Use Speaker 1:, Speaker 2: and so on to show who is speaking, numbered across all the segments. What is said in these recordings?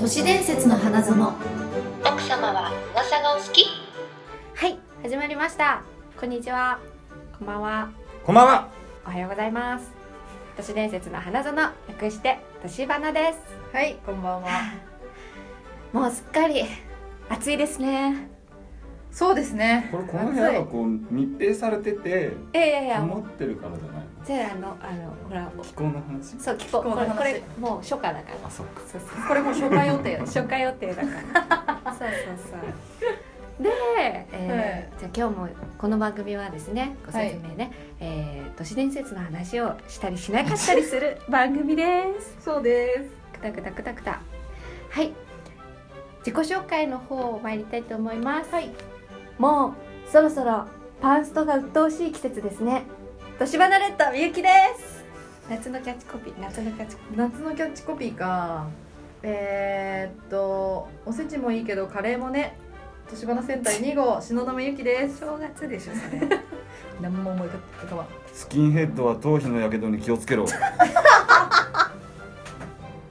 Speaker 1: 都市伝説の花園は
Speaker 2: 奥様は噂がお好き
Speaker 1: い始まりましたこんにちはこんばんは
Speaker 3: こんばんは。
Speaker 1: おはようございます都市伝説の花園略して都市花です
Speaker 4: はい、こんばんは。
Speaker 1: もうすっかり暑いですね
Speaker 4: そうですね。
Speaker 3: これこの部屋がこう密閉されてて、
Speaker 1: いやいやいやも
Speaker 3: 曇ってるからじゃないの。
Speaker 1: うじゃああのあのほら
Speaker 3: 気候の話。
Speaker 1: そう聞こう
Speaker 4: 気候の
Speaker 1: これ
Speaker 4: 話
Speaker 1: これもう初夏だから
Speaker 3: あ、そっか。
Speaker 1: そうそう
Speaker 4: これも紹介予定だ。
Speaker 1: 初夏予定だから そうそうそうで、えーじゃあ今日もこの番組はですねご説明ね、えー都市伝説の話をしたりしなかったりする番組です
Speaker 4: そうで
Speaker 1: くたくたくたくたはい自己紹介の方を参りたいと思いますはいもうそろそろパンストが鬱陶しい季節ですね都市離れたみゆきです夏のキャッチコピー夏のキャッチコ
Speaker 4: す。夏のキャッチコピーか。えー、っと、おせちもいいけど、カレーもね。年花戦隊2号、篠宮ゆきです。
Speaker 1: 正月でしょそれ
Speaker 4: 何も思い浮かばん。
Speaker 3: スキンヘッドは頭皮のやけどに気をつ けろ。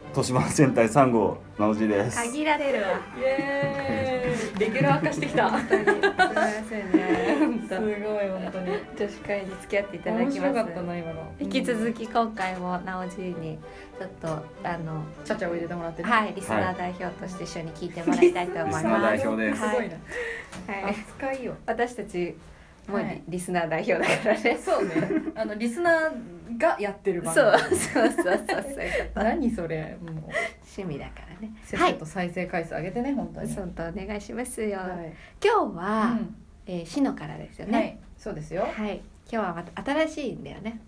Speaker 3: 豊島戦隊三号、直次です。
Speaker 1: 限られるわ
Speaker 4: イエーイ。レギュラー化してきた。す
Speaker 1: 本当にすみませんね本
Speaker 4: ごい、本当に。
Speaker 1: 当女子会に付き合っていただ
Speaker 4: 面
Speaker 1: きま
Speaker 4: 白
Speaker 1: す
Speaker 4: かったな、今の。
Speaker 1: 引き続き今回もなおじいにちょっとあの
Speaker 4: うん。ちゃちゃを入れてもらってる。
Speaker 1: はいリスナー代表として一緒に聞いてもらいたいと思い
Speaker 3: リ
Speaker 1: ま
Speaker 3: ス
Speaker 1: す
Speaker 3: ナー代表です
Speaker 4: ごいな。
Speaker 1: はい、
Speaker 4: 扱いよ。
Speaker 1: 私たちもうリ,、
Speaker 4: はい
Speaker 1: リスナー代表だからね
Speaker 4: そうね。あの、リスナーがやってる
Speaker 1: そ
Speaker 4: 番
Speaker 1: う
Speaker 4: 組。
Speaker 1: そうそうそうそういうこと
Speaker 4: 何それ、もう。
Speaker 1: 趣味だからね
Speaker 4: せっせと再生回数上げてね、本当に。
Speaker 1: そうとお願いしますよ、
Speaker 4: はい。
Speaker 1: 今日は、
Speaker 4: うん
Speaker 1: えー、シノからですよ
Speaker 4: は
Speaker 1: ね
Speaker 4: い、そうですよ
Speaker 1: はい。、今日はまた新しいんだよね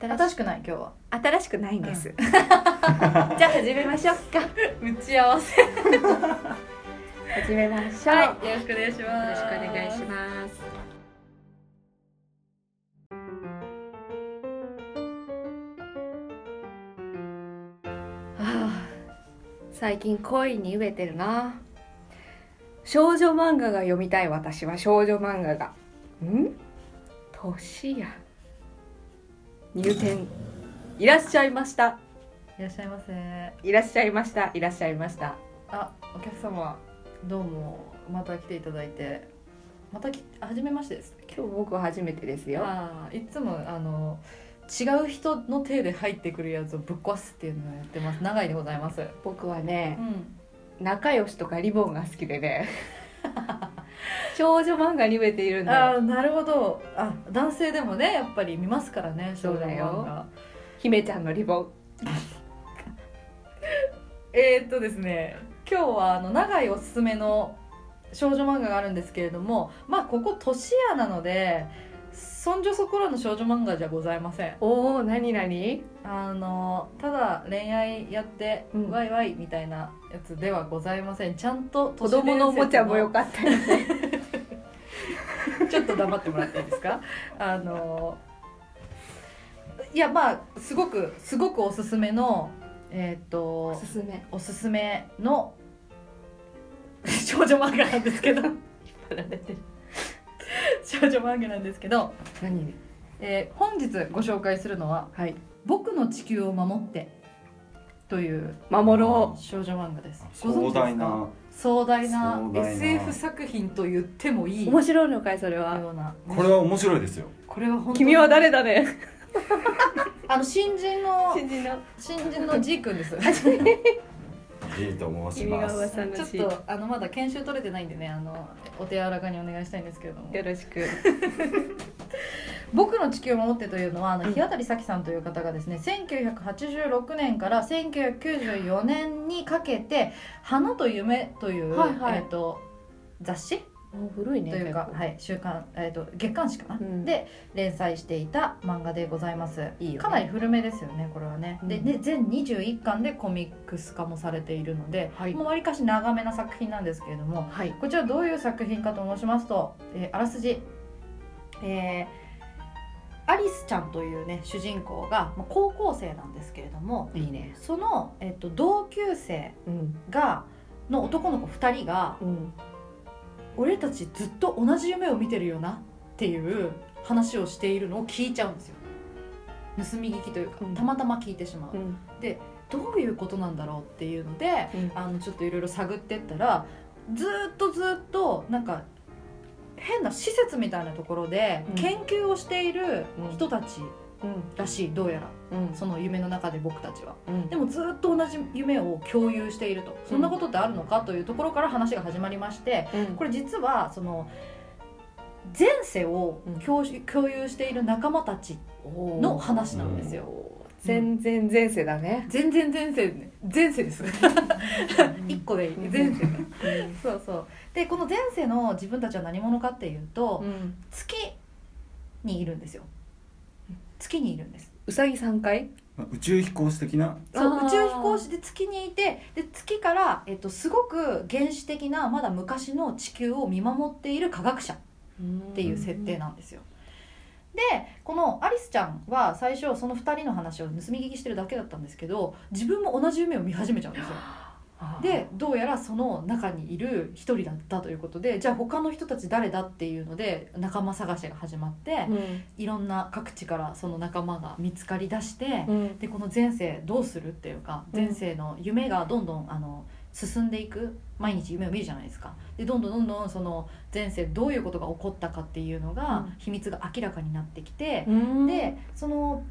Speaker 1: 新しい
Speaker 4: 新しくない今日は。
Speaker 1: 新しくないんです、 じゃあ始めましょうか
Speaker 4: 打ち合わせ。
Speaker 1: 始めましょう、よ
Speaker 4: よろしくお願いしま
Speaker 1: ろしくお
Speaker 4: よろしくお願
Speaker 1: 願い
Speaker 4: い
Speaker 1: し
Speaker 4: しま
Speaker 1: ますはあ最近恋に飢えてるな少女漫画が読みたい私は少女漫画がん年や入店いらっしゃいました
Speaker 4: す。いらっしゃいませ。
Speaker 1: いらっしゃいましたいらっしゃいました
Speaker 4: あ、お客様どうもまた来ていただいて、またき初めましてです。
Speaker 1: 今日僕初めてですよ
Speaker 4: あーいつもあの違う人の手で入ってくるやつをぶっ壊すっていうのをやってます。長いでございます。
Speaker 1: 僕はね
Speaker 4: ん。
Speaker 1: 仲良しとかリボンが好きでね 少女漫画に飢えているんだ
Speaker 4: あ
Speaker 1: よ
Speaker 4: ーなるほどあ男性でもねやっぱり見ますからね少女漫画
Speaker 1: そうだ姫ちゃんのリボン
Speaker 4: えー、っとですね今日はあの長いおすすめの少女漫画があるんですけれどもまあここ年屋なのでそんじょそこらの少女漫画じゃございません
Speaker 1: おお何何
Speaker 4: あのただ恋愛やって
Speaker 1: うん
Speaker 4: ワイワイみたいなやつではございませんちゃんと
Speaker 1: 子供のおもちゃもよ
Speaker 4: く
Speaker 1: かったよね
Speaker 4: ちょっと黙ってもらっていいですか あのいやまあすごくすごくおすすめのえーっ
Speaker 1: お
Speaker 4: と
Speaker 1: すすめ
Speaker 4: おすすめの 少女漫画なんですけど引っ張られてる少女漫画なんですけど、
Speaker 1: 何
Speaker 4: えー本日ご紹介するのは
Speaker 1: はい
Speaker 4: 「僕の地球を守って」という
Speaker 1: 守ろ
Speaker 4: 少女漫画です
Speaker 3: 壮大な。
Speaker 4: 壮大な
Speaker 3: 壮大な
Speaker 4: SF 作品と言ってもいうい
Speaker 1: 面
Speaker 4: よ
Speaker 1: 白いのかいそれは
Speaker 4: うな
Speaker 3: これは面白いですよ。
Speaker 4: これは本当に
Speaker 1: 君は誰だね
Speaker 4: あの新人の
Speaker 1: 新人の
Speaker 4: 新人の G 君 です
Speaker 3: いいと思い
Speaker 1: 君
Speaker 3: ま
Speaker 1: が
Speaker 3: す。
Speaker 1: 噂の地
Speaker 4: ちょっとあのまだ研修取れてないんでねあのお手柔らかにお願いしたいんですけれども
Speaker 1: よろしく
Speaker 4: 僕の地球を守ってというのはあの
Speaker 1: うん
Speaker 4: 日当たり咲さんという方がですね1986年から1994年にかけて「花と夢」という、
Speaker 1: はいはい
Speaker 4: えー、と雑誌
Speaker 1: もう古い
Speaker 4: と
Speaker 1: ね
Speaker 4: いうか、はい、週刊、えー、と月刊誌かな、
Speaker 1: うん
Speaker 4: で連載していた漫画でございます。
Speaker 1: いいよね
Speaker 4: かなり古めですよねこれはね。で
Speaker 1: うん
Speaker 4: で全21巻でコミックス化もされているので、
Speaker 1: はい
Speaker 4: もうわりかし長めな作品なんですけれども
Speaker 1: はい
Speaker 4: こちらどういう作品かと申しますと、えーあらすじ、えーアリスちゃんというね主人公が、まあ、高校生なんですけれども
Speaker 1: いいね
Speaker 4: その、えっと同級生
Speaker 1: うん
Speaker 4: がの男の子2人が
Speaker 1: うん
Speaker 4: 「俺たちずっと同じ夢を見てるよな」っていう話をしているのを聞いちゃうんですよ。盗み聞きというか
Speaker 1: うん
Speaker 4: たまたま聞いてしまう。
Speaker 1: うん
Speaker 4: でどういうことなんだろうっていうのであのちょっといろいろ探ってったらずーっとずーっとなんか変な施設みたいなところで
Speaker 1: うん
Speaker 4: 研究をしている人たち
Speaker 1: うん
Speaker 4: らしいどうやら
Speaker 1: うん
Speaker 4: その夢の中で僕たちは。
Speaker 1: うん
Speaker 4: でもずーっと同じ夢を共有しているとそんなことってあるのかというところから話が始まりまして
Speaker 1: うん
Speaker 4: これ実はその前世を共有共有している仲間たちの話なんですよ。
Speaker 1: 全然前世だね
Speaker 4: 全然前世前世です一個でいい前世
Speaker 1: うん
Speaker 4: そうそうでこの前世の自分たちは何者かっていうと
Speaker 1: うん
Speaker 4: 月にいるんですよ月にいるんです
Speaker 1: うさぎ三回
Speaker 3: 宇宙飛行士的な
Speaker 4: そう
Speaker 1: あー
Speaker 4: 宇宙飛行士で月にいてで月から、えっと、すごく原始的なまだ昔の地球を見守っている科学者
Speaker 1: っ
Speaker 4: っていう設定なんですよ。でこのアリスちゃんは最初その2人の話を盗み聞きしてるだけだったんですけど自分も同じ夢を見始めちゃうんですよ。でどうやらその中にいる一人だったということでじゃあ他の人たち誰だっていうので仲間探しが始まって
Speaker 1: うん
Speaker 4: いろんな各地からその仲間が見つかりだして
Speaker 1: うん
Speaker 4: でこの前世どうするっていうか
Speaker 1: うん
Speaker 4: 前世の夢がどんどんあの進んでいく毎日夢を見るじゃないですかでどんどんどんどんその前世どういうことが起こったかっていうのが
Speaker 1: うん
Speaker 4: 秘密が明らかになってきて、
Speaker 1: うん
Speaker 4: でその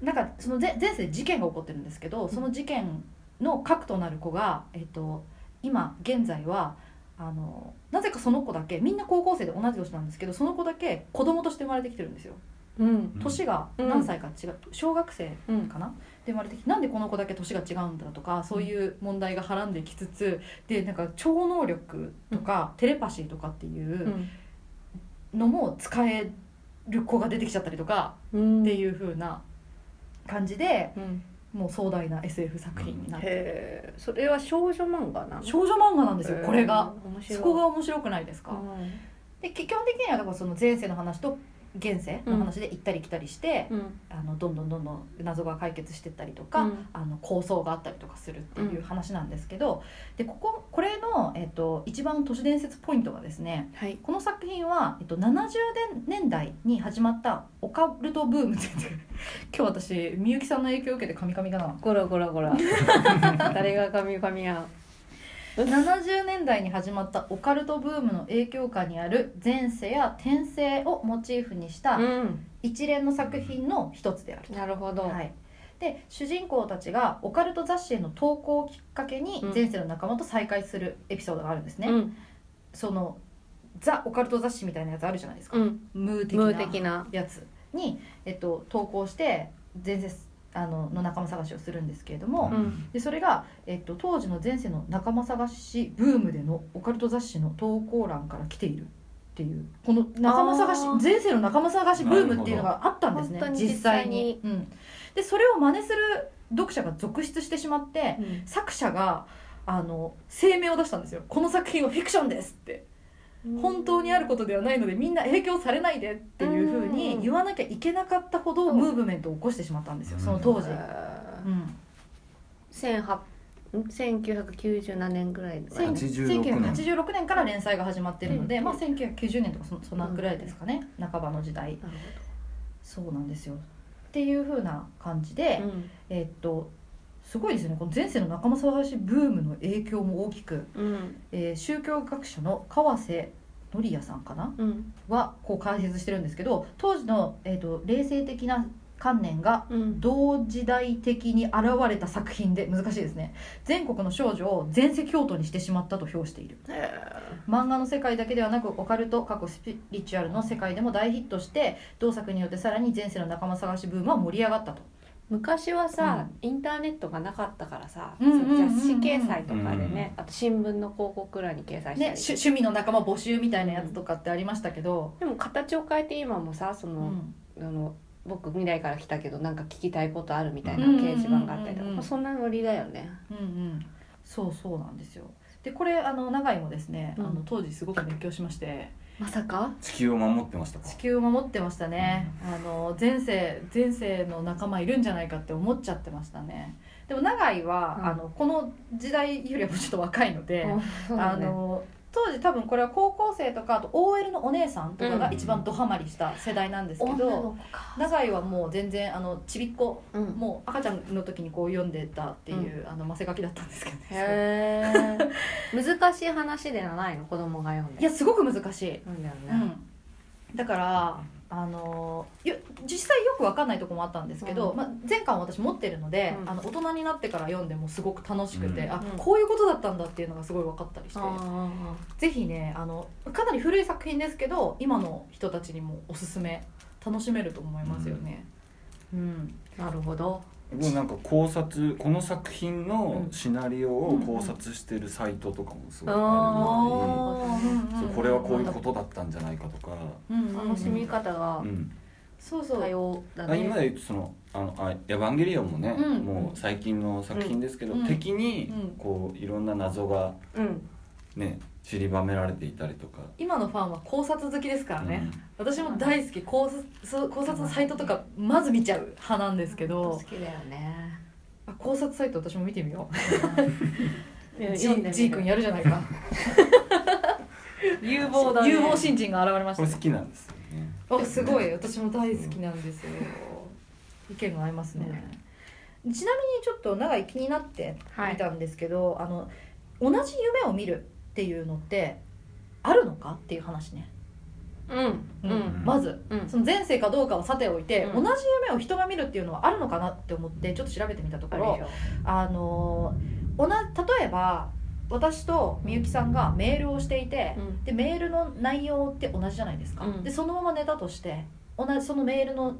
Speaker 4: なんかその前前世で事件が起こってるんですけどその事件の核となる子が、えっと今現在はあのなぜかその子だけみんな高校生で同じ年なんですけどその子だけ子供として生まれてきてるんですよ
Speaker 1: うん
Speaker 4: 年が何歳か違う、小学生
Speaker 1: うん
Speaker 4: かなで生まれてきてなんでこの子だけ年が違うんだとかそういう問題がはらんできつつでなんか超能力とか、テレパシーとかっていうのも使える子が出てきちゃったりとか
Speaker 1: うん
Speaker 4: っていう風な感じで
Speaker 1: うん
Speaker 4: もう壮大な SF 作品になって
Speaker 1: へえそれは少女漫画なの
Speaker 4: 少女漫画なんですよこれが
Speaker 1: へえ面白い
Speaker 4: そこが面白くないですか、
Speaker 1: うん
Speaker 4: で基本的にはだからその前世の話と現世の話で行ったり来たりして、
Speaker 1: うん
Speaker 4: あのどんどんどんどん謎が解決してったりとか、
Speaker 1: うん
Speaker 4: あの構想があったりとかするっていう話なんですけど、でこここれの、えっと一番都市伝説ポイントはですね
Speaker 1: はい
Speaker 4: この作品は、えっと、70年代に始まったオカルトブームって言って 今日私みゆきさんの影響を受けてカミカミかな
Speaker 1: ゴラゴラゴ ラ誰が神々や
Speaker 4: 70年代に始まったオカルトブームの影響下にある前世や転生をモチーフにした
Speaker 1: ん
Speaker 4: 一連の作品の一つであると
Speaker 1: なるほど
Speaker 4: はい、で主人公たちがオカルト雑誌への投稿をきっかけに
Speaker 1: うん
Speaker 4: 前世の仲間と再会するエピソードがあるんですね、
Speaker 1: うん
Speaker 4: そのザ・オカルト雑誌みたいなやつあるじゃないですか、
Speaker 1: うん
Speaker 4: ムー的
Speaker 1: ム
Speaker 4: な
Speaker 1: ー的な
Speaker 4: やつに、えっと、投稿して前世あのの仲間探しをするんですけれども、
Speaker 1: ん
Speaker 4: でそれが、えっと、当時の前世の仲間探しブームでのオカルト雑誌の投稿欄から来ているっていうこの仲間探し
Speaker 1: あー
Speaker 4: 前世の仲間探しブームっていうのがあったんですね
Speaker 1: なるほど
Speaker 4: 実際にうん、でそれを真似する読者が続出してしまって作者があの声明を出したんですよこの作品はフィクションですって本当にあることではないのでみんな影響されないでっていうふうに言わなきゃいけなかったほどムーブメントを起こしてしまったんですよその当時、うん、
Speaker 1: 1800ん1997年ぐらいの
Speaker 3: 86年
Speaker 4: 1986年から連載が始まってるので、
Speaker 1: うん
Speaker 4: まあ、1990年とかそそんなぐらいですかね、半ばの時代そうなんですよっていう風な感じで、
Speaker 1: うん
Speaker 4: えっとすごいですねこの前世の仲間探しブームの影響も大きく、
Speaker 1: うん
Speaker 4: えー宗教学者の川瀬典也さんかな
Speaker 1: うん
Speaker 4: はこう解説してるんですけど当時の、えっと冷静的な観念が
Speaker 1: うん
Speaker 4: 同時代的に現れた作品で難しいですね全国の少女を全世教徒にしてしまったと評している漫画の世界だけではなくオカルト過去スピリチュアルの世界でも大ヒットして同作によってさらに前世の仲間探しブームは盛り上がったと
Speaker 1: 昔はさ、インターネットがなかったからさ、
Speaker 4: うんうんうんうん
Speaker 1: 雑誌掲載とかでね、あと新聞の広告欄に掲載したり、
Speaker 4: ね趣趣味の仲間募集みたいなやつとかってありましたけど、
Speaker 1: でも形を変えて今もさその、あの僕未来から来たけどなんか聞きたいことあるみたいな掲示板があったりとか、
Speaker 4: うんうんうんうん
Speaker 1: まあそんなノリだよね。
Speaker 4: うんうんそうそうなんですよでこれあの永井もですね、
Speaker 1: うん
Speaker 4: あの当時すごく熱狂しまして
Speaker 1: まさか？
Speaker 3: 地球を守ってましたか
Speaker 4: 地球を守ってましたね、あの前世前世の仲間いるんじゃないかって思っちゃってましたねでも永井は、
Speaker 1: うん
Speaker 4: あのこの時代よりはもうちょっと若いので、
Speaker 1: うんそう
Speaker 4: あ
Speaker 1: だね
Speaker 4: の当時多分これは高校生とかあと OL のお姉さんとかが一番ドハマりした世代なんですけど、
Speaker 1: 子か
Speaker 4: 長井はもう全然あのちびっこ
Speaker 1: うん
Speaker 4: もう赤ちゃんの時にこう読んでたっていう、あのマセガキだったんですけどね
Speaker 1: へえ 難しい話ではないの子供が読んで
Speaker 4: いやすごく難しい、
Speaker 1: なんだよね、
Speaker 4: だからあのよ実際よく分かんないとこもあったんですけど、
Speaker 1: うん
Speaker 4: まあ、前巻私持ってるので、
Speaker 1: うん
Speaker 4: あの大人になってから読んでもすごく楽しくて、
Speaker 3: うん
Speaker 4: あ
Speaker 1: うん
Speaker 4: こういうことだったんだっていうのがすごい分かったりして、
Speaker 1: あ
Speaker 4: ぜひねあのかなり古い作品ですけど今の人たちにもおすすめ楽しめると思いますよね。うん
Speaker 1: あなるほど
Speaker 3: 僕なんか考察この作品のシナリオを考察してるサイトとかもすごいあ
Speaker 1: ー
Speaker 3: るので、そうこれはこういうことだったんじゃないかとか、
Speaker 4: うん
Speaker 1: 楽しみ方が
Speaker 3: うん、
Speaker 4: そうそう
Speaker 1: 多様だ
Speaker 3: あ今
Speaker 1: ね、
Speaker 3: で言うとその「あのあエヴァンゲリオン」もね、
Speaker 4: うん
Speaker 3: もう最近の作品ですけど、
Speaker 4: うん
Speaker 3: 敵に
Speaker 4: うん
Speaker 3: こういろんな謎が
Speaker 1: うん、
Speaker 3: ね散りばめられていたりとか、
Speaker 4: 今のファンは考察好きですからね、
Speaker 3: うん
Speaker 4: 私も大好き考察考察サイトとかまず見ちゃう派なんですけ
Speaker 1: 好
Speaker 4: ど
Speaker 1: きだよね
Speaker 4: あ考察サイト私も見てみよう
Speaker 1: ジ
Speaker 4: ジージー君やるじゃないか
Speaker 1: 有望だね
Speaker 4: 有望新人が現れま
Speaker 3: こ
Speaker 4: し
Speaker 3: れ
Speaker 4: た
Speaker 3: 好
Speaker 4: ね
Speaker 3: きなんですよね。
Speaker 4: あすごい私も大好きなんですよ意見が合いますね、ちなみにちょっと長い気になって
Speaker 1: はい
Speaker 4: 見たんですけど、あの同じ夢を見るっていうのってあるのかっていう話ね、
Speaker 1: うんう
Speaker 3: うん
Speaker 1: ん
Speaker 4: まず
Speaker 1: うん
Speaker 4: その前世かどうかはさておいて、
Speaker 1: うん
Speaker 4: 同じ夢を人が見るっていうのはあるのかなって思ってちょっと調べてみたところあのーおな例えば私とみゆきさんがメールをしていて、
Speaker 1: うん
Speaker 4: でメールの内容って同じじゃないですか、
Speaker 1: うん
Speaker 4: でそのまま寝たとして同じそのメールの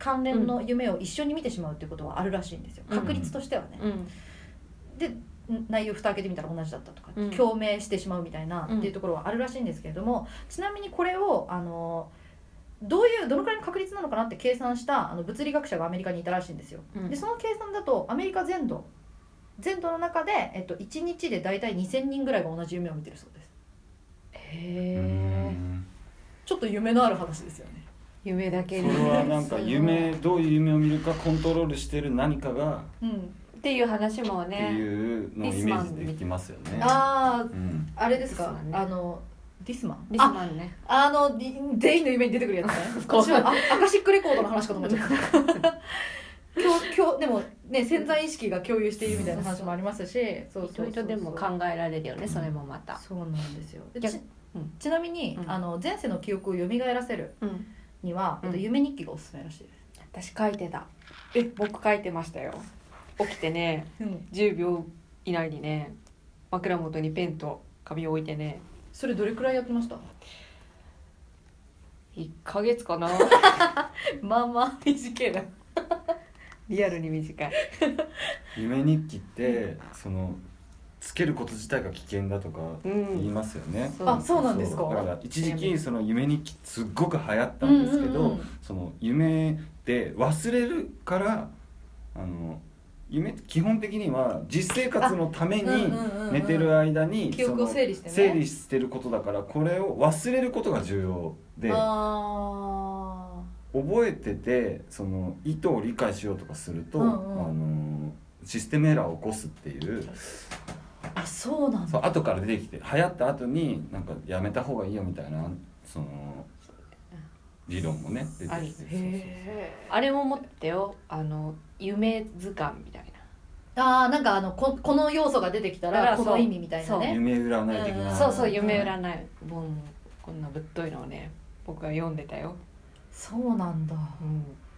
Speaker 4: 関連の夢を一緒に見てしまうっていうことはあるらしいんですよ
Speaker 1: うん
Speaker 4: 確率としてはね、
Speaker 1: うん
Speaker 4: で内容蓋開けてみたら同じだったとか、
Speaker 1: うん
Speaker 4: 共鳴してしまうみたいな
Speaker 1: うん
Speaker 4: っていうところはあるらしいんですけれども、ちなみにこれをあのどういうどのくらいの確率なのかなって計算したあの物理学者がアメリカにいたらしいんですよ。
Speaker 1: うん
Speaker 4: でその計算だとアメリカ全土全土の中で、えっと、1日で大体2,000人ぐらいが同じ夢を見てるそうです
Speaker 1: へえ
Speaker 3: うん
Speaker 4: ちょっと夢のある話ですよね
Speaker 1: 夢だ
Speaker 3: そ
Speaker 1: け
Speaker 3: れ
Speaker 1: に
Speaker 3: はなんか夢どういう夢を見るかコントロールしてる何かが
Speaker 4: うん
Speaker 1: っていう話も
Speaker 3: って
Speaker 1: ね
Speaker 3: いうのをイメージできますよね。
Speaker 4: あ
Speaker 3: う
Speaker 4: あ
Speaker 3: ん、
Speaker 4: あれです
Speaker 1: ディス
Speaker 4: か
Speaker 1: マンね
Speaker 4: あのディスマン
Speaker 1: リスマンね
Speaker 4: ああのディ全員の夢に出てくるやつ ね
Speaker 1: 怖い
Speaker 4: 私はあアカシックレコードの話かと思っちゃった 共共でもね潜在意識が共有しているみたいな話もありますしそう
Speaker 1: いろ
Speaker 4: そうそう
Speaker 1: いろでも考えられるよねそれもまた
Speaker 4: そうなんですよで
Speaker 1: 逆
Speaker 4: ち,、
Speaker 1: うん
Speaker 4: ちなみに、
Speaker 1: うん
Speaker 4: あの前世の記憶を蘇らせる
Speaker 1: うん
Speaker 4: には、
Speaker 1: うん
Speaker 4: えっと夢日記がおすすめらしいで
Speaker 1: 私書いてたえ僕書いてましたよ起きてね
Speaker 4: す、うん、
Speaker 1: 10秒以内にね枕元にペンと紙を置いてね
Speaker 4: それどれくらいやってました
Speaker 1: 1ヶ月かな
Speaker 4: まあまあ短いな
Speaker 1: リアルに短い
Speaker 3: 夢日記ってそのつけること自体が危険だとか
Speaker 1: う
Speaker 3: 言い
Speaker 1: ん
Speaker 3: ますよね。
Speaker 1: そう
Speaker 4: あそうなんですか
Speaker 3: そうだから一時期その夢日記すっごく流行ったんですけど、
Speaker 4: うんうんうん
Speaker 3: その夢で忘れるからあの夢って基本的には実生活のため
Speaker 4: あうん
Speaker 3: に
Speaker 4: うんうんうん
Speaker 3: 寝てる間に
Speaker 4: 記憶を
Speaker 3: その
Speaker 4: 整理してね
Speaker 3: 整理してることだからこれを忘れることが重要で
Speaker 4: あ
Speaker 3: 覚えててその意図を理解しようとかすると、
Speaker 4: うんうん
Speaker 3: あのシステムエラーを起こすっていう
Speaker 4: ーあそうなんだ
Speaker 3: そう後から出てきて流行った後になんかやめた方がいいよみたいなその理論もね出てきて
Speaker 4: へえ
Speaker 1: あれも持ってよあの夢図鑑みたいな
Speaker 4: あーなんかあのここの要素が出てきた
Speaker 1: だから
Speaker 4: らこ
Speaker 1: そう
Speaker 4: の意味みたいな
Speaker 3: そう
Speaker 4: ね
Speaker 3: 夢占い的な、
Speaker 4: あー
Speaker 1: そうそう夢
Speaker 3: い
Speaker 1: 占い本こんなぶっといのをね僕は読んでたよ、
Speaker 4: そうなんだ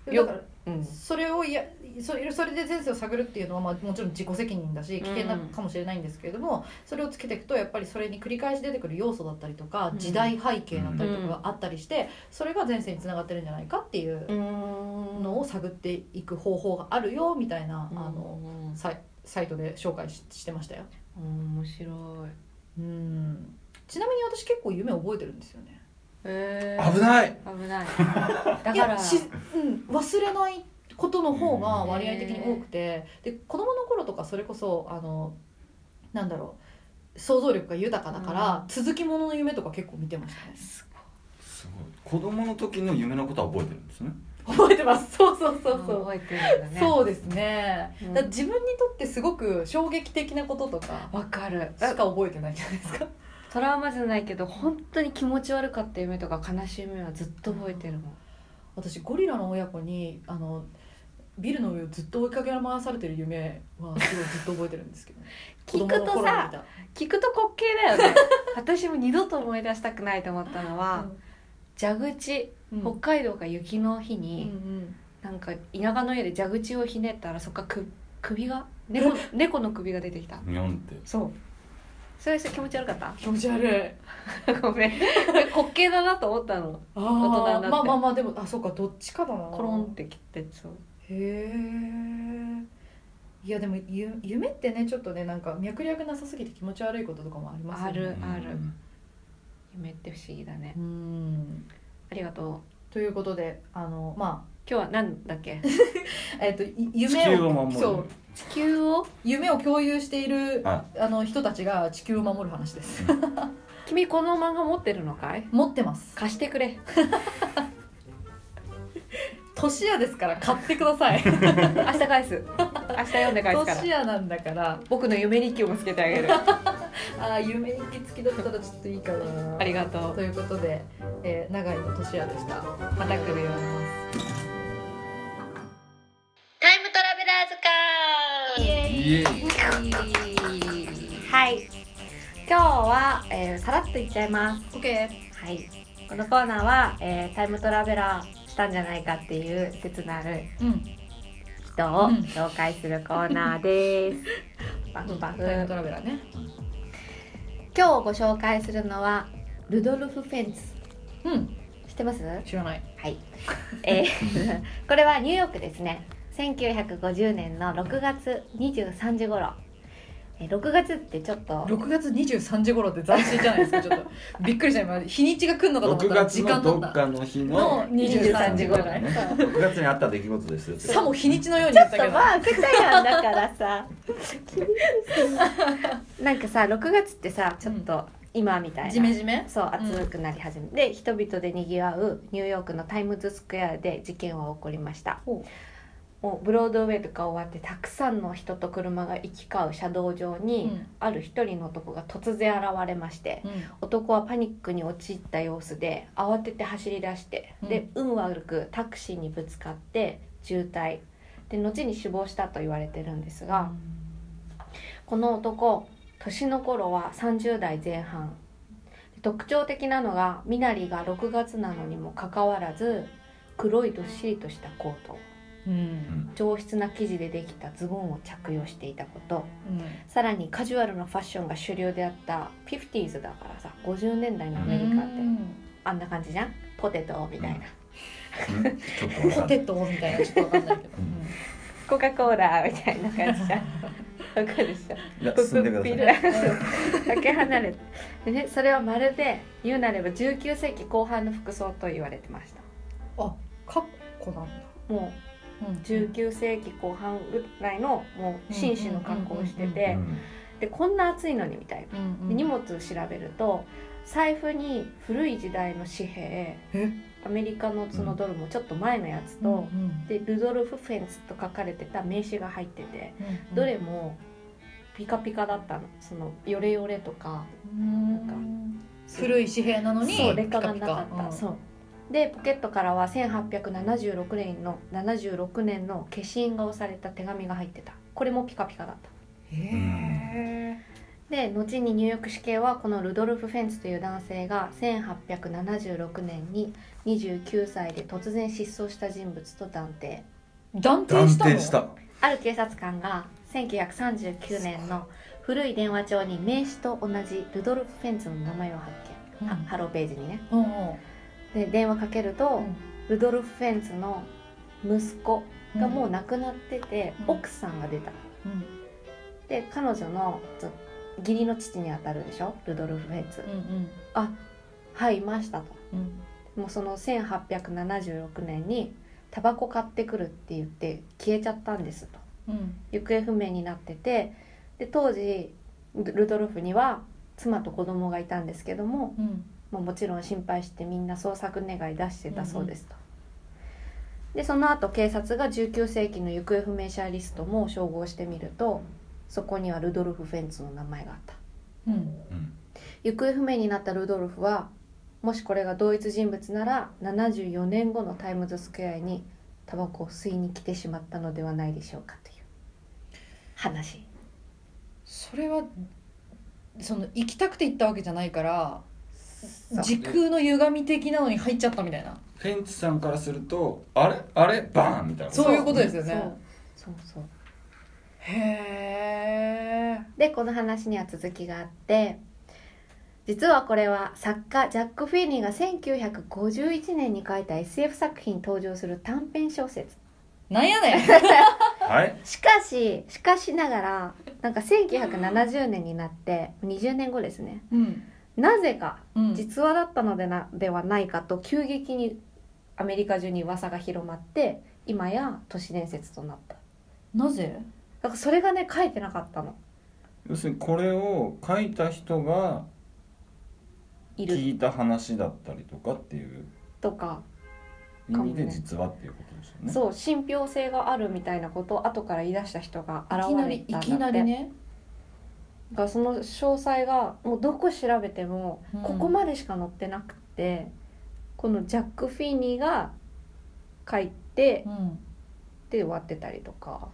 Speaker 1: う
Speaker 4: だから
Speaker 1: んうん、
Speaker 4: それをいやそれそれで前世を探るっていうのは、まあ、もちろん自己責任だし危険な
Speaker 1: うん
Speaker 4: かもしれないんですけれども、それをつけていくとやっぱりそれに繰り返し出てくる要素だったりとか、
Speaker 1: うん
Speaker 4: 時代背景だったりとかがあったりして、それが前世につながってるんじゃないかっていうのを探っていく方法があるよみたいな、あの
Speaker 1: の
Speaker 4: サイサイトで紹介ししてましたよ。
Speaker 1: 面白い
Speaker 4: うんちなみに私結構夢覚えてるんですよね。
Speaker 1: え
Speaker 3: 危ない
Speaker 1: 危 ないだから
Speaker 4: いやし、うん、忘れないことの方が割合的に多くて、で子供の頃とかそれこそあのなんだろう想像力が豊かだから、続きものの夢とか結構見てましたね
Speaker 1: す
Speaker 3: すごい子供の時の夢のことは覚えてるんですね
Speaker 4: 覚えてますそうそう
Speaker 1: ご
Speaker 4: そ
Speaker 1: いう
Speaker 4: そう、
Speaker 1: 覚えてるんだね
Speaker 4: そうですね、
Speaker 1: うん
Speaker 4: だから自分にとってすごく衝撃的なこととか
Speaker 1: わかる
Speaker 4: しか覚えてないじゃないですか
Speaker 1: トラウマじゃないけど本当に気持ち悪かった夢とか悲しい夢はずっと覚えてるもん
Speaker 4: 私ゴリラの親子にあのビルの上をずっと追いかけ回されてる夢はすごいずっと覚えてるんですけど
Speaker 1: 聞くとさ
Speaker 4: 子供の頃に見た
Speaker 1: 聞くと滑稽 だよね私も二度と思い出したくないと思ったのは、蛇口
Speaker 4: うん
Speaker 1: 北海道が雪の日
Speaker 4: うん
Speaker 1: に、
Speaker 4: うん
Speaker 1: なんか田舎の家で蛇口をひねったらそっからく首 が猫猫の首が出てきた
Speaker 3: にょんって
Speaker 1: そうそれ気持ち悪かった
Speaker 4: 気持ち悪い
Speaker 1: ご めんこれ滑稽だなと思ったの
Speaker 4: あ
Speaker 1: 人になって
Speaker 4: ーまあまあまあでもあそうかどっちかだな
Speaker 1: コロンって切ってそう
Speaker 4: へえいやでもゆ夢ってねちょっとねなんか脈略なさすぎて気持ち悪いこととかもありますよね
Speaker 1: あるあ
Speaker 3: う
Speaker 1: る
Speaker 3: ん
Speaker 1: 夢って不思議だね
Speaker 4: うん
Speaker 1: ありがとう
Speaker 4: ということであのま
Speaker 1: 今日はなんだっけ
Speaker 4: あえっ、とい
Speaker 3: 地
Speaker 4: 夢
Speaker 3: 球
Speaker 4: を
Speaker 3: を守る
Speaker 4: そう
Speaker 1: 地球を
Speaker 4: 夢を共有している
Speaker 3: あ
Speaker 4: あの人たちが地球を守る話です
Speaker 1: 君この漫画持ってるのかい
Speaker 4: 持ってます
Speaker 1: 貸してくれ
Speaker 4: 年屋ですから買ってください
Speaker 1: 明日返す明日読んで返すから
Speaker 4: 年屋なんだから
Speaker 1: 僕の夢日記もつけてあげる
Speaker 4: ああ夢行きつきだったらちょっといいかな
Speaker 1: ありがとう
Speaker 4: ということで、えー、長井の年屋でした
Speaker 1: また来るよ
Speaker 2: タイムトラベラーズ会
Speaker 3: イエイ
Speaker 1: はい今日は、えーさらっといっちゃいます
Speaker 4: OK
Speaker 1: はいこのコーナーは、えータイムトラベラーしたんじゃないかっていう説のある
Speaker 4: うん
Speaker 1: 人を
Speaker 4: うん
Speaker 1: 紹介するコーナー です、バフバフ
Speaker 4: タイムトラベラーね
Speaker 1: 今日ご紹介するのはルドルフ・フェンツ
Speaker 4: うん
Speaker 1: 知ってます
Speaker 4: 知らない
Speaker 1: はい、 えー これはニューヨークですね1950年の6月23時頃えー6月ってちょっと
Speaker 4: 6月23時頃って斬新じゃないですかちょっとびっくりした今日にちが来るのかと思っ
Speaker 3: 6
Speaker 4: たら
Speaker 3: 月
Speaker 4: 時
Speaker 3: の
Speaker 4: 間
Speaker 3: ど
Speaker 4: だ
Speaker 3: っ
Speaker 4: った
Speaker 3: かの日
Speaker 4: の
Speaker 3: の
Speaker 4: 23時
Speaker 1: ぐ
Speaker 4: 頃
Speaker 1: らいそう
Speaker 3: 6月にあった出来事ですよ
Speaker 4: さも日にちのように
Speaker 1: ちょ
Speaker 4: 言
Speaker 1: っ
Speaker 4: っ
Speaker 1: と
Speaker 4: たけど
Speaker 1: まあくたやんだからさ なんかさ6月ってさちょっと今みたいな、
Speaker 4: ジメジメ
Speaker 1: そう暑くなり始めて、人々でにぎわうニューヨークのタイムズスクエアで事件は起こりました
Speaker 4: ほ
Speaker 1: もうブロードウェイとか終わってたくさんの人と車が行き交う車道上
Speaker 4: う
Speaker 1: に、
Speaker 4: ん
Speaker 1: ある一人の男が突然現れまして
Speaker 4: うん
Speaker 1: 男はパニックに陥った様子で慌てて走り出して、で運悪くタクシーにぶつかって渋滞で後に死亡したと言われてるんですが、この男年の頃は30代前半特徴的なのが身なりが6月なのにもかかわらず黒いどっしりとしたコート
Speaker 4: うん
Speaker 1: 上質な生地でできたズボンを着用していたこと
Speaker 4: うん
Speaker 1: さらにカジュアルなファッションが主流であったフィフティーズだからさ50年代のアメリカってあんな感じじゃんポテトみたいな
Speaker 3: うんちょっとわか
Speaker 4: ポ
Speaker 3: んない
Speaker 4: テトみたいなちょっとわかんないけどうん
Speaker 1: コカ・コーラみたいな感 じじゃんわかるでしょ
Speaker 3: いや進んでください
Speaker 1: かけ離れてでねそれはまるで言うなれば19世紀後半の服装と言われてました
Speaker 4: カッコなんだ
Speaker 1: も
Speaker 4: うん
Speaker 1: う19世紀後半ぐらいのもう紳士の格好をして
Speaker 4: う
Speaker 1: てでこんな暑いのにみたいな
Speaker 4: うんうん
Speaker 1: で荷物を調べると財布に古い時代の紙幣
Speaker 4: え
Speaker 1: アメリカのそのドルもちょっと前のやつ
Speaker 4: う
Speaker 1: と、
Speaker 4: んうん
Speaker 1: でルドルフ・フェンツと書かれてた名刺が入ってて
Speaker 4: うん
Speaker 1: どれもピカピカだったのそのヨレヨレとか
Speaker 4: うん
Speaker 1: なん
Speaker 4: 古い紙幣なのに
Speaker 1: そう劣
Speaker 4: ピ
Speaker 1: 化
Speaker 4: カ
Speaker 1: が
Speaker 4: ピ
Speaker 1: な
Speaker 4: カ
Speaker 1: かった、
Speaker 4: うん
Speaker 1: そうでポケットからは1876年の76年の消印が押された手紙が入ってたこれもピカピカだった
Speaker 4: へ
Speaker 1: で後にニューヨーク市警はこのルドルフ・フェンツという男性が1876年に29歳で突然失踪した人物と断定
Speaker 4: ー断定
Speaker 3: 断
Speaker 4: したの
Speaker 3: 定した
Speaker 1: ある警察官が1939年の古い電話帳に名刺と同じルドルフ・フェンツの名前を発
Speaker 4: うん
Speaker 1: 見、あハローページにね
Speaker 4: うんうん
Speaker 1: で電話かけると、
Speaker 4: うん
Speaker 1: ルドルフ・フェンツの息子がもう
Speaker 4: な
Speaker 1: 亡くなってて、
Speaker 4: うん
Speaker 1: 奥さんが出たで彼女のちょ義理の父にあたるでしょルドルフ・フェンツ、あはいいましたともうその1876年にタバコ買ってくるって言って消えちゃったんですと行方不明になっててで当時ルドルフには妻と子供がいたんですけどももうもちろん心配してみんな捜索願い出してたそうですと、でその後警察が19世紀の行方不明者リストも照合してみるとそこにはルドルフ・フェンツの名前があった行方不明になったルドルフはもしこれが同一人物なら74年後のタイムズスクエアにタバコを吸いに来てしまったのではないでしょうかという話
Speaker 4: それはその行きたくて行ったわけじゃないから
Speaker 1: そう
Speaker 4: 時空の歪み的なのに入っちゃったみたいな
Speaker 3: フェンチさんからするとあれあれバーンみたいな
Speaker 4: そういうことですよ
Speaker 1: そう
Speaker 4: ね
Speaker 1: そうそう
Speaker 4: へえ
Speaker 1: でこの話には続きがあって実はこれは作家ジャック・フィーニーが1951年に書いた SF 作品に登場する短編小説
Speaker 4: なんやねん
Speaker 3: はい
Speaker 1: しかししかしながらなんか1970年になって20年後ですね
Speaker 4: うん、
Speaker 1: なぜか
Speaker 4: うん、
Speaker 1: 実話だったのでなではないかと急激にアメリカ中に噂が広まって今や都市伝説となった
Speaker 4: なぜ
Speaker 1: だからそれがね書いてなかったの
Speaker 3: 要するにこれを書いた人が
Speaker 1: いる
Speaker 3: 聞いた話だったりとかっていう
Speaker 1: とか
Speaker 3: 意味で実はっていうことですよね
Speaker 1: そう信憑性があるみたいなことを後から言い出した人が
Speaker 4: い
Speaker 1: 現
Speaker 4: きな
Speaker 1: れ
Speaker 4: りい
Speaker 1: たんだって
Speaker 4: きなりね
Speaker 1: だからその詳細がもうどこ調べても
Speaker 4: うん
Speaker 1: ここまでしか載ってなくて、このジャック・フィーニーが書いて
Speaker 4: うん
Speaker 1: で終わってたりとか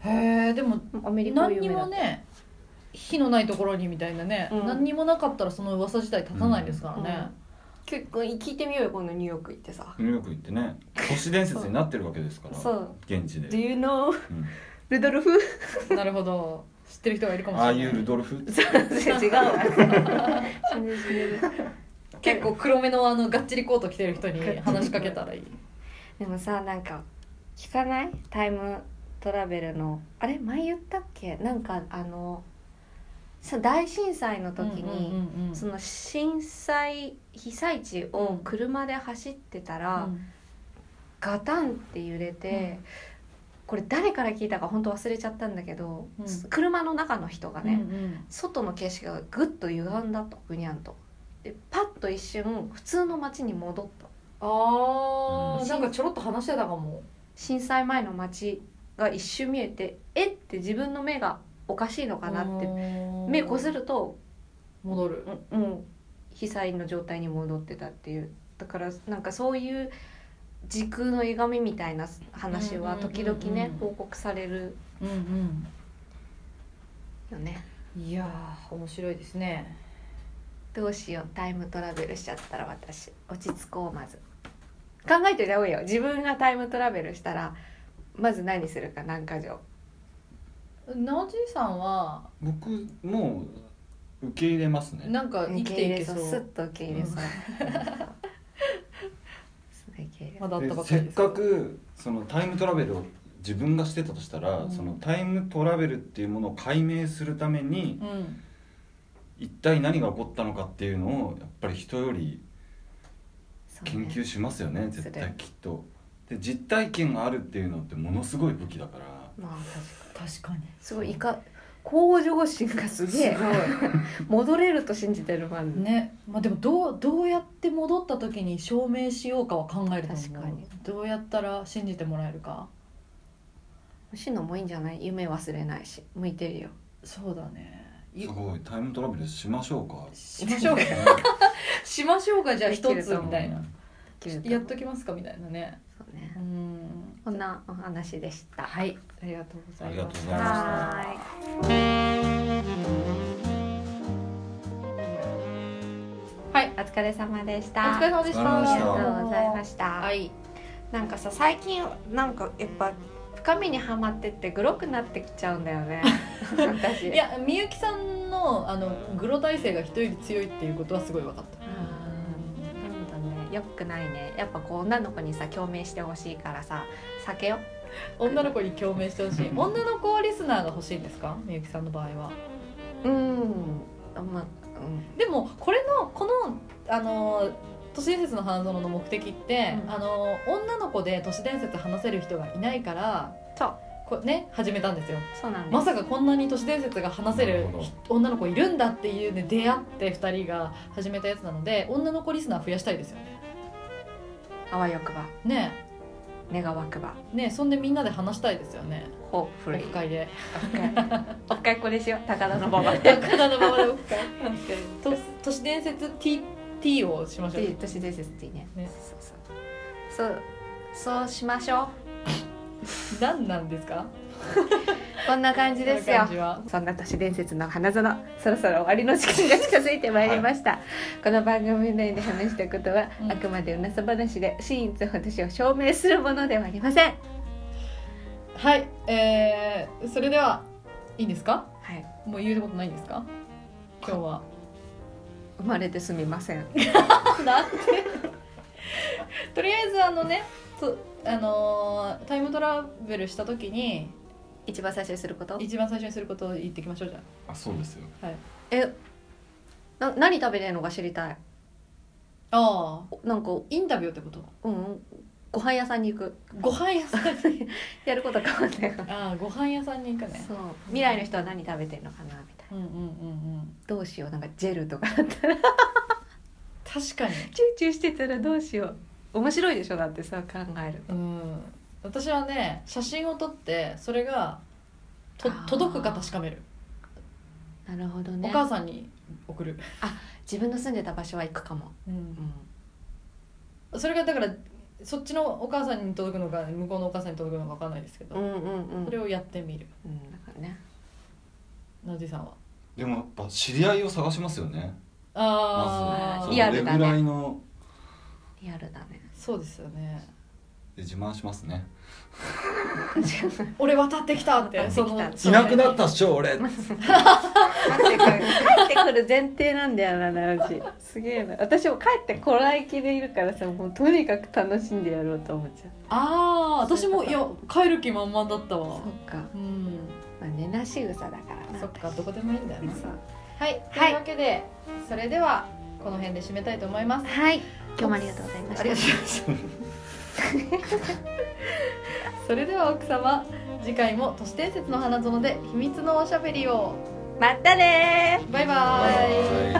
Speaker 4: へえでも
Speaker 1: アメリカ
Speaker 4: 何
Speaker 1: 有
Speaker 4: に
Speaker 1: 名だ
Speaker 4: もね火のないところにみたいなね、
Speaker 1: うん
Speaker 4: 何にもなかったらその噂自体立たないですからね、
Speaker 1: 結構聞いてみようよ今度ニューヨーク行ってさ
Speaker 3: ニューヨーク行ってね都市伝説になってるわけですから
Speaker 1: そう
Speaker 3: 現地で
Speaker 1: Do、you know
Speaker 3: うん
Speaker 1: ルドル フ
Speaker 4: なるほど知ってる人がいるかもし
Speaker 3: ああい
Speaker 4: れな
Speaker 3: う
Speaker 4: い
Speaker 3: ルドルフって
Speaker 1: 違うわ全然違う
Speaker 4: 結構黒目のあのがっちりコート着てる人に話しかけたらいい
Speaker 1: でもさなんか聞かないタイムトラベルのあれ前言ったっけなんかあのさ大震災の時に、
Speaker 4: うんうんうんうん
Speaker 1: その震災被災地を車で走ってたら、
Speaker 4: うん
Speaker 1: ガタンって揺れて、これ誰から聞いたか本当忘れちゃったんだけど、
Speaker 4: うん
Speaker 1: 車の中の人がね、
Speaker 4: うんうん
Speaker 1: 外の景色がぐっと歪んだとぐにゃんと。でパッと一瞬普通の街に戻った
Speaker 4: あ
Speaker 3: う
Speaker 4: ー
Speaker 1: ん
Speaker 4: なんかちょろっと話してたかも
Speaker 1: 震災前の街が一瞬見えてえって自分の目がおかしいのかなって目こすると、
Speaker 4: 戻る
Speaker 1: うん、もう被災の状態に戻ってたっていうだからなんかそういう時空の歪みみたいな話は時々ね
Speaker 4: うん
Speaker 1: 報告される
Speaker 4: うん
Speaker 1: よね
Speaker 4: うんいやー面白いですね
Speaker 1: どうしようタイムトラベルしちゃったら私落ち着こうまず考えておいた方がいいよ自分がタイムトラベルしたらまず何するか何か条
Speaker 4: なおじいさんは
Speaker 3: 僕もう受け入れますね
Speaker 4: なんか生きていけそう
Speaker 1: スッと受け入れそう、すごい受け入れそう
Speaker 4: まだあっ
Speaker 3: で
Speaker 4: たばっか
Speaker 3: せ
Speaker 4: り
Speaker 3: っ
Speaker 4: ですけ
Speaker 3: か
Speaker 4: ど
Speaker 3: くそのタイムトラベルを自分がしてたとしたら、
Speaker 4: うん
Speaker 3: そのタイムトラベルっていうものを解明するために
Speaker 4: うん
Speaker 3: 一体何が起こったのかっていうのをやっぱり人より
Speaker 1: そうね
Speaker 3: 研究しますよね絶
Speaker 1: す
Speaker 3: 対
Speaker 1: る
Speaker 3: きっと。で実体験があるっていうのってものすごい武器だから
Speaker 1: まあ確かに
Speaker 4: 確かに
Speaker 1: すごいいか向上心がすげえ
Speaker 4: す
Speaker 1: 戻れると信じてるファ
Speaker 4: ごい
Speaker 1: ン
Speaker 4: ねまあでもどうどうやって戻った時に証明しようかは考えると思う
Speaker 1: 確かに
Speaker 4: どうやったら信じてもらえるか
Speaker 1: シノもいいんじゃない夢忘れないし向いてるよ
Speaker 4: そうだね
Speaker 3: す
Speaker 4: い
Speaker 3: ごいタイムトラベルしましょうか。
Speaker 4: しまし ょうかしましょうかじゃあ一
Speaker 1: できる
Speaker 4: つ
Speaker 1: と思う
Speaker 4: みたいな
Speaker 1: できると思
Speaker 4: や
Speaker 1: う
Speaker 4: っときますかみたいなね
Speaker 1: そうね
Speaker 4: うん
Speaker 1: こんなお話でした
Speaker 4: はいありがとうござ
Speaker 3: あ
Speaker 4: い
Speaker 3: りがと
Speaker 4: ま
Speaker 3: う
Speaker 4: す
Speaker 3: ございました。
Speaker 1: はーい
Speaker 4: はい
Speaker 1: お疲れ様でし
Speaker 4: お
Speaker 1: た
Speaker 4: 疲れ様でした
Speaker 3: お
Speaker 1: あ
Speaker 3: 疲れ様で
Speaker 1: り
Speaker 3: した
Speaker 1: がとうございま
Speaker 4: し
Speaker 1: した、
Speaker 4: はい
Speaker 1: なんかさ最近なんかやっぱ深みにはまってってグロくなってきちゃうんだよ ね私
Speaker 4: いやみゆきさんのあのグロ体制が人より強いっていうことはすごい分かった
Speaker 1: あーなんだねよくないねやっぱこう女の子にさ共鳴してほしいからさ避けよ
Speaker 4: 女の子に共鳴してほしい女の子リスナーが欲しいんですかみゆきさんの場合は
Speaker 1: うんまあ
Speaker 4: でもこれのこのあの都市伝説の花園の目的って、
Speaker 1: うん
Speaker 4: あの女の子で都市伝説話せる人がいないから
Speaker 1: そう
Speaker 4: こね始めたんですよ
Speaker 1: そうなんです
Speaker 4: まさかこんなに都市伝説が話せる
Speaker 3: なるほ
Speaker 4: 女の子いるんだっていうね出会って2人が始めたやつなので女の子リスナー増やしたいですよね
Speaker 1: あわよくば
Speaker 4: ね
Speaker 1: 願わくば
Speaker 4: ねそんでみんなで話したいですよね
Speaker 1: オ
Speaker 4: オ
Speaker 1: フ
Speaker 4: フ会で
Speaker 1: オフ会これしよう高田の馬場っ
Speaker 4: 高田のままでオフ 会と都市伝説 T, T をしましょ
Speaker 1: て
Speaker 4: う
Speaker 1: いう都市伝説っていいね
Speaker 4: ね
Speaker 1: そうそうそうそうしましょう
Speaker 4: 何なんですか
Speaker 1: こんな感じです
Speaker 4: こんな
Speaker 1: よ
Speaker 4: 感じは
Speaker 1: そんな都市伝説の花園そろそろ終わりの時間が近づいてまいりました、この番組内で話したことは、
Speaker 4: うん
Speaker 1: あくまでうなさ話で真実の私を証明するものではありません
Speaker 4: はいえー、それではいいんですか
Speaker 1: はい
Speaker 4: もう言うことないんですか今日は
Speaker 1: 生まれてすみません
Speaker 4: なんでとりあえずあのねとあのータイムトラベルした時に
Speaker 1: 一番最初にすること
Speaker 4: 一番最初にすることを言ってきましょうじゃ
Speaker 3: あそうですよ
Speaker 4: あはい
Speaker 1: えな何食べてるのか知りたい
Speaker 4: ああ
Speaker 1: おなんか
Speaker 4: インタビューってこと
Speaker 1: うんご飯屋さんに行く
Speaker 4: ご飯屋さん
Speaker 1: やること変わんないから
Speaker 4: ああご飯屋さんに行くね
Speaker 1: そう未来の人は何食べてるのかなみたいな
Speaker 4: うんうんうんうん
Speaker 1: どうしようなんかジェルとかだ ったら
Speaker 4: 確かに
Speaker 1: チューチューしてたらどうしよう面白いでしょだってさ考える
Speaker 4: うん私はね写真を撮ってそれがと
Speaker 1: あー
Speaker 4: 届くか確かめる、
Speaker 1: なるほど
Speaker 4: お
Speaker 1: ね
Speaker 4: 母さんに送る、
Speaker 1: 自分の住んでた場所は行くかも、うん、
Speaker 4: それがだからそっちのお母さんに届くのか向こうのお母さんに届くのか分かんないですけど、
Speaker 1: うんうんうん
Speaker 4: それをやってみる
Speaker 1: うんだからね
Speaker 4: なじさんは
Speaker 3: でもやっぱ知り合いを探しますよね
Speaker 4: あ
Speaker 3: ま
Speaker 4: あ、
Speaker 3: ず
Speaker 1: リアルだね
Speaker 3: それぐらいの
Speaker 1: リアルだね
Speaker 4: そうですよね
Speaker 3: で自慢しますね
Speaker 4: 俺渡ってきたって
Speaker 1: 渡ってきた
Speaker 4: その
Speaker 1: い
Speaker 3: いなくなったっしょ俺
Speaker 1: 帰ってくる帰ってくる前提なんだよな奈良地 すげえな私も帰ってこない気でいるからさもうとにかく楽しんでやろうと思っちゃう
Speaker 4: ああ私もいや帰る気満々だった
Speaker 1: そ
Speaker 4: わ
Speaker 1: っか、
Speaker 4: うん
Speaker 1: まあ、寝なし草だからな
Speaker 4: そっかどこでもいいんだよな
Speaker 1: そう
Speaker 4: はいと
Speaker 1: はい
Speaker 4: いうわけで、それではこの辺で締めたいと思います
Speaker 1: はい今日もありがとうございました
Speaker 4: ありがとうございましたそれでは奥様次回も都市伝説の花園で秘密のおしゃべりを
Speaker 1: またねー
Speaker 4: バイバイ
Speaker 3: はい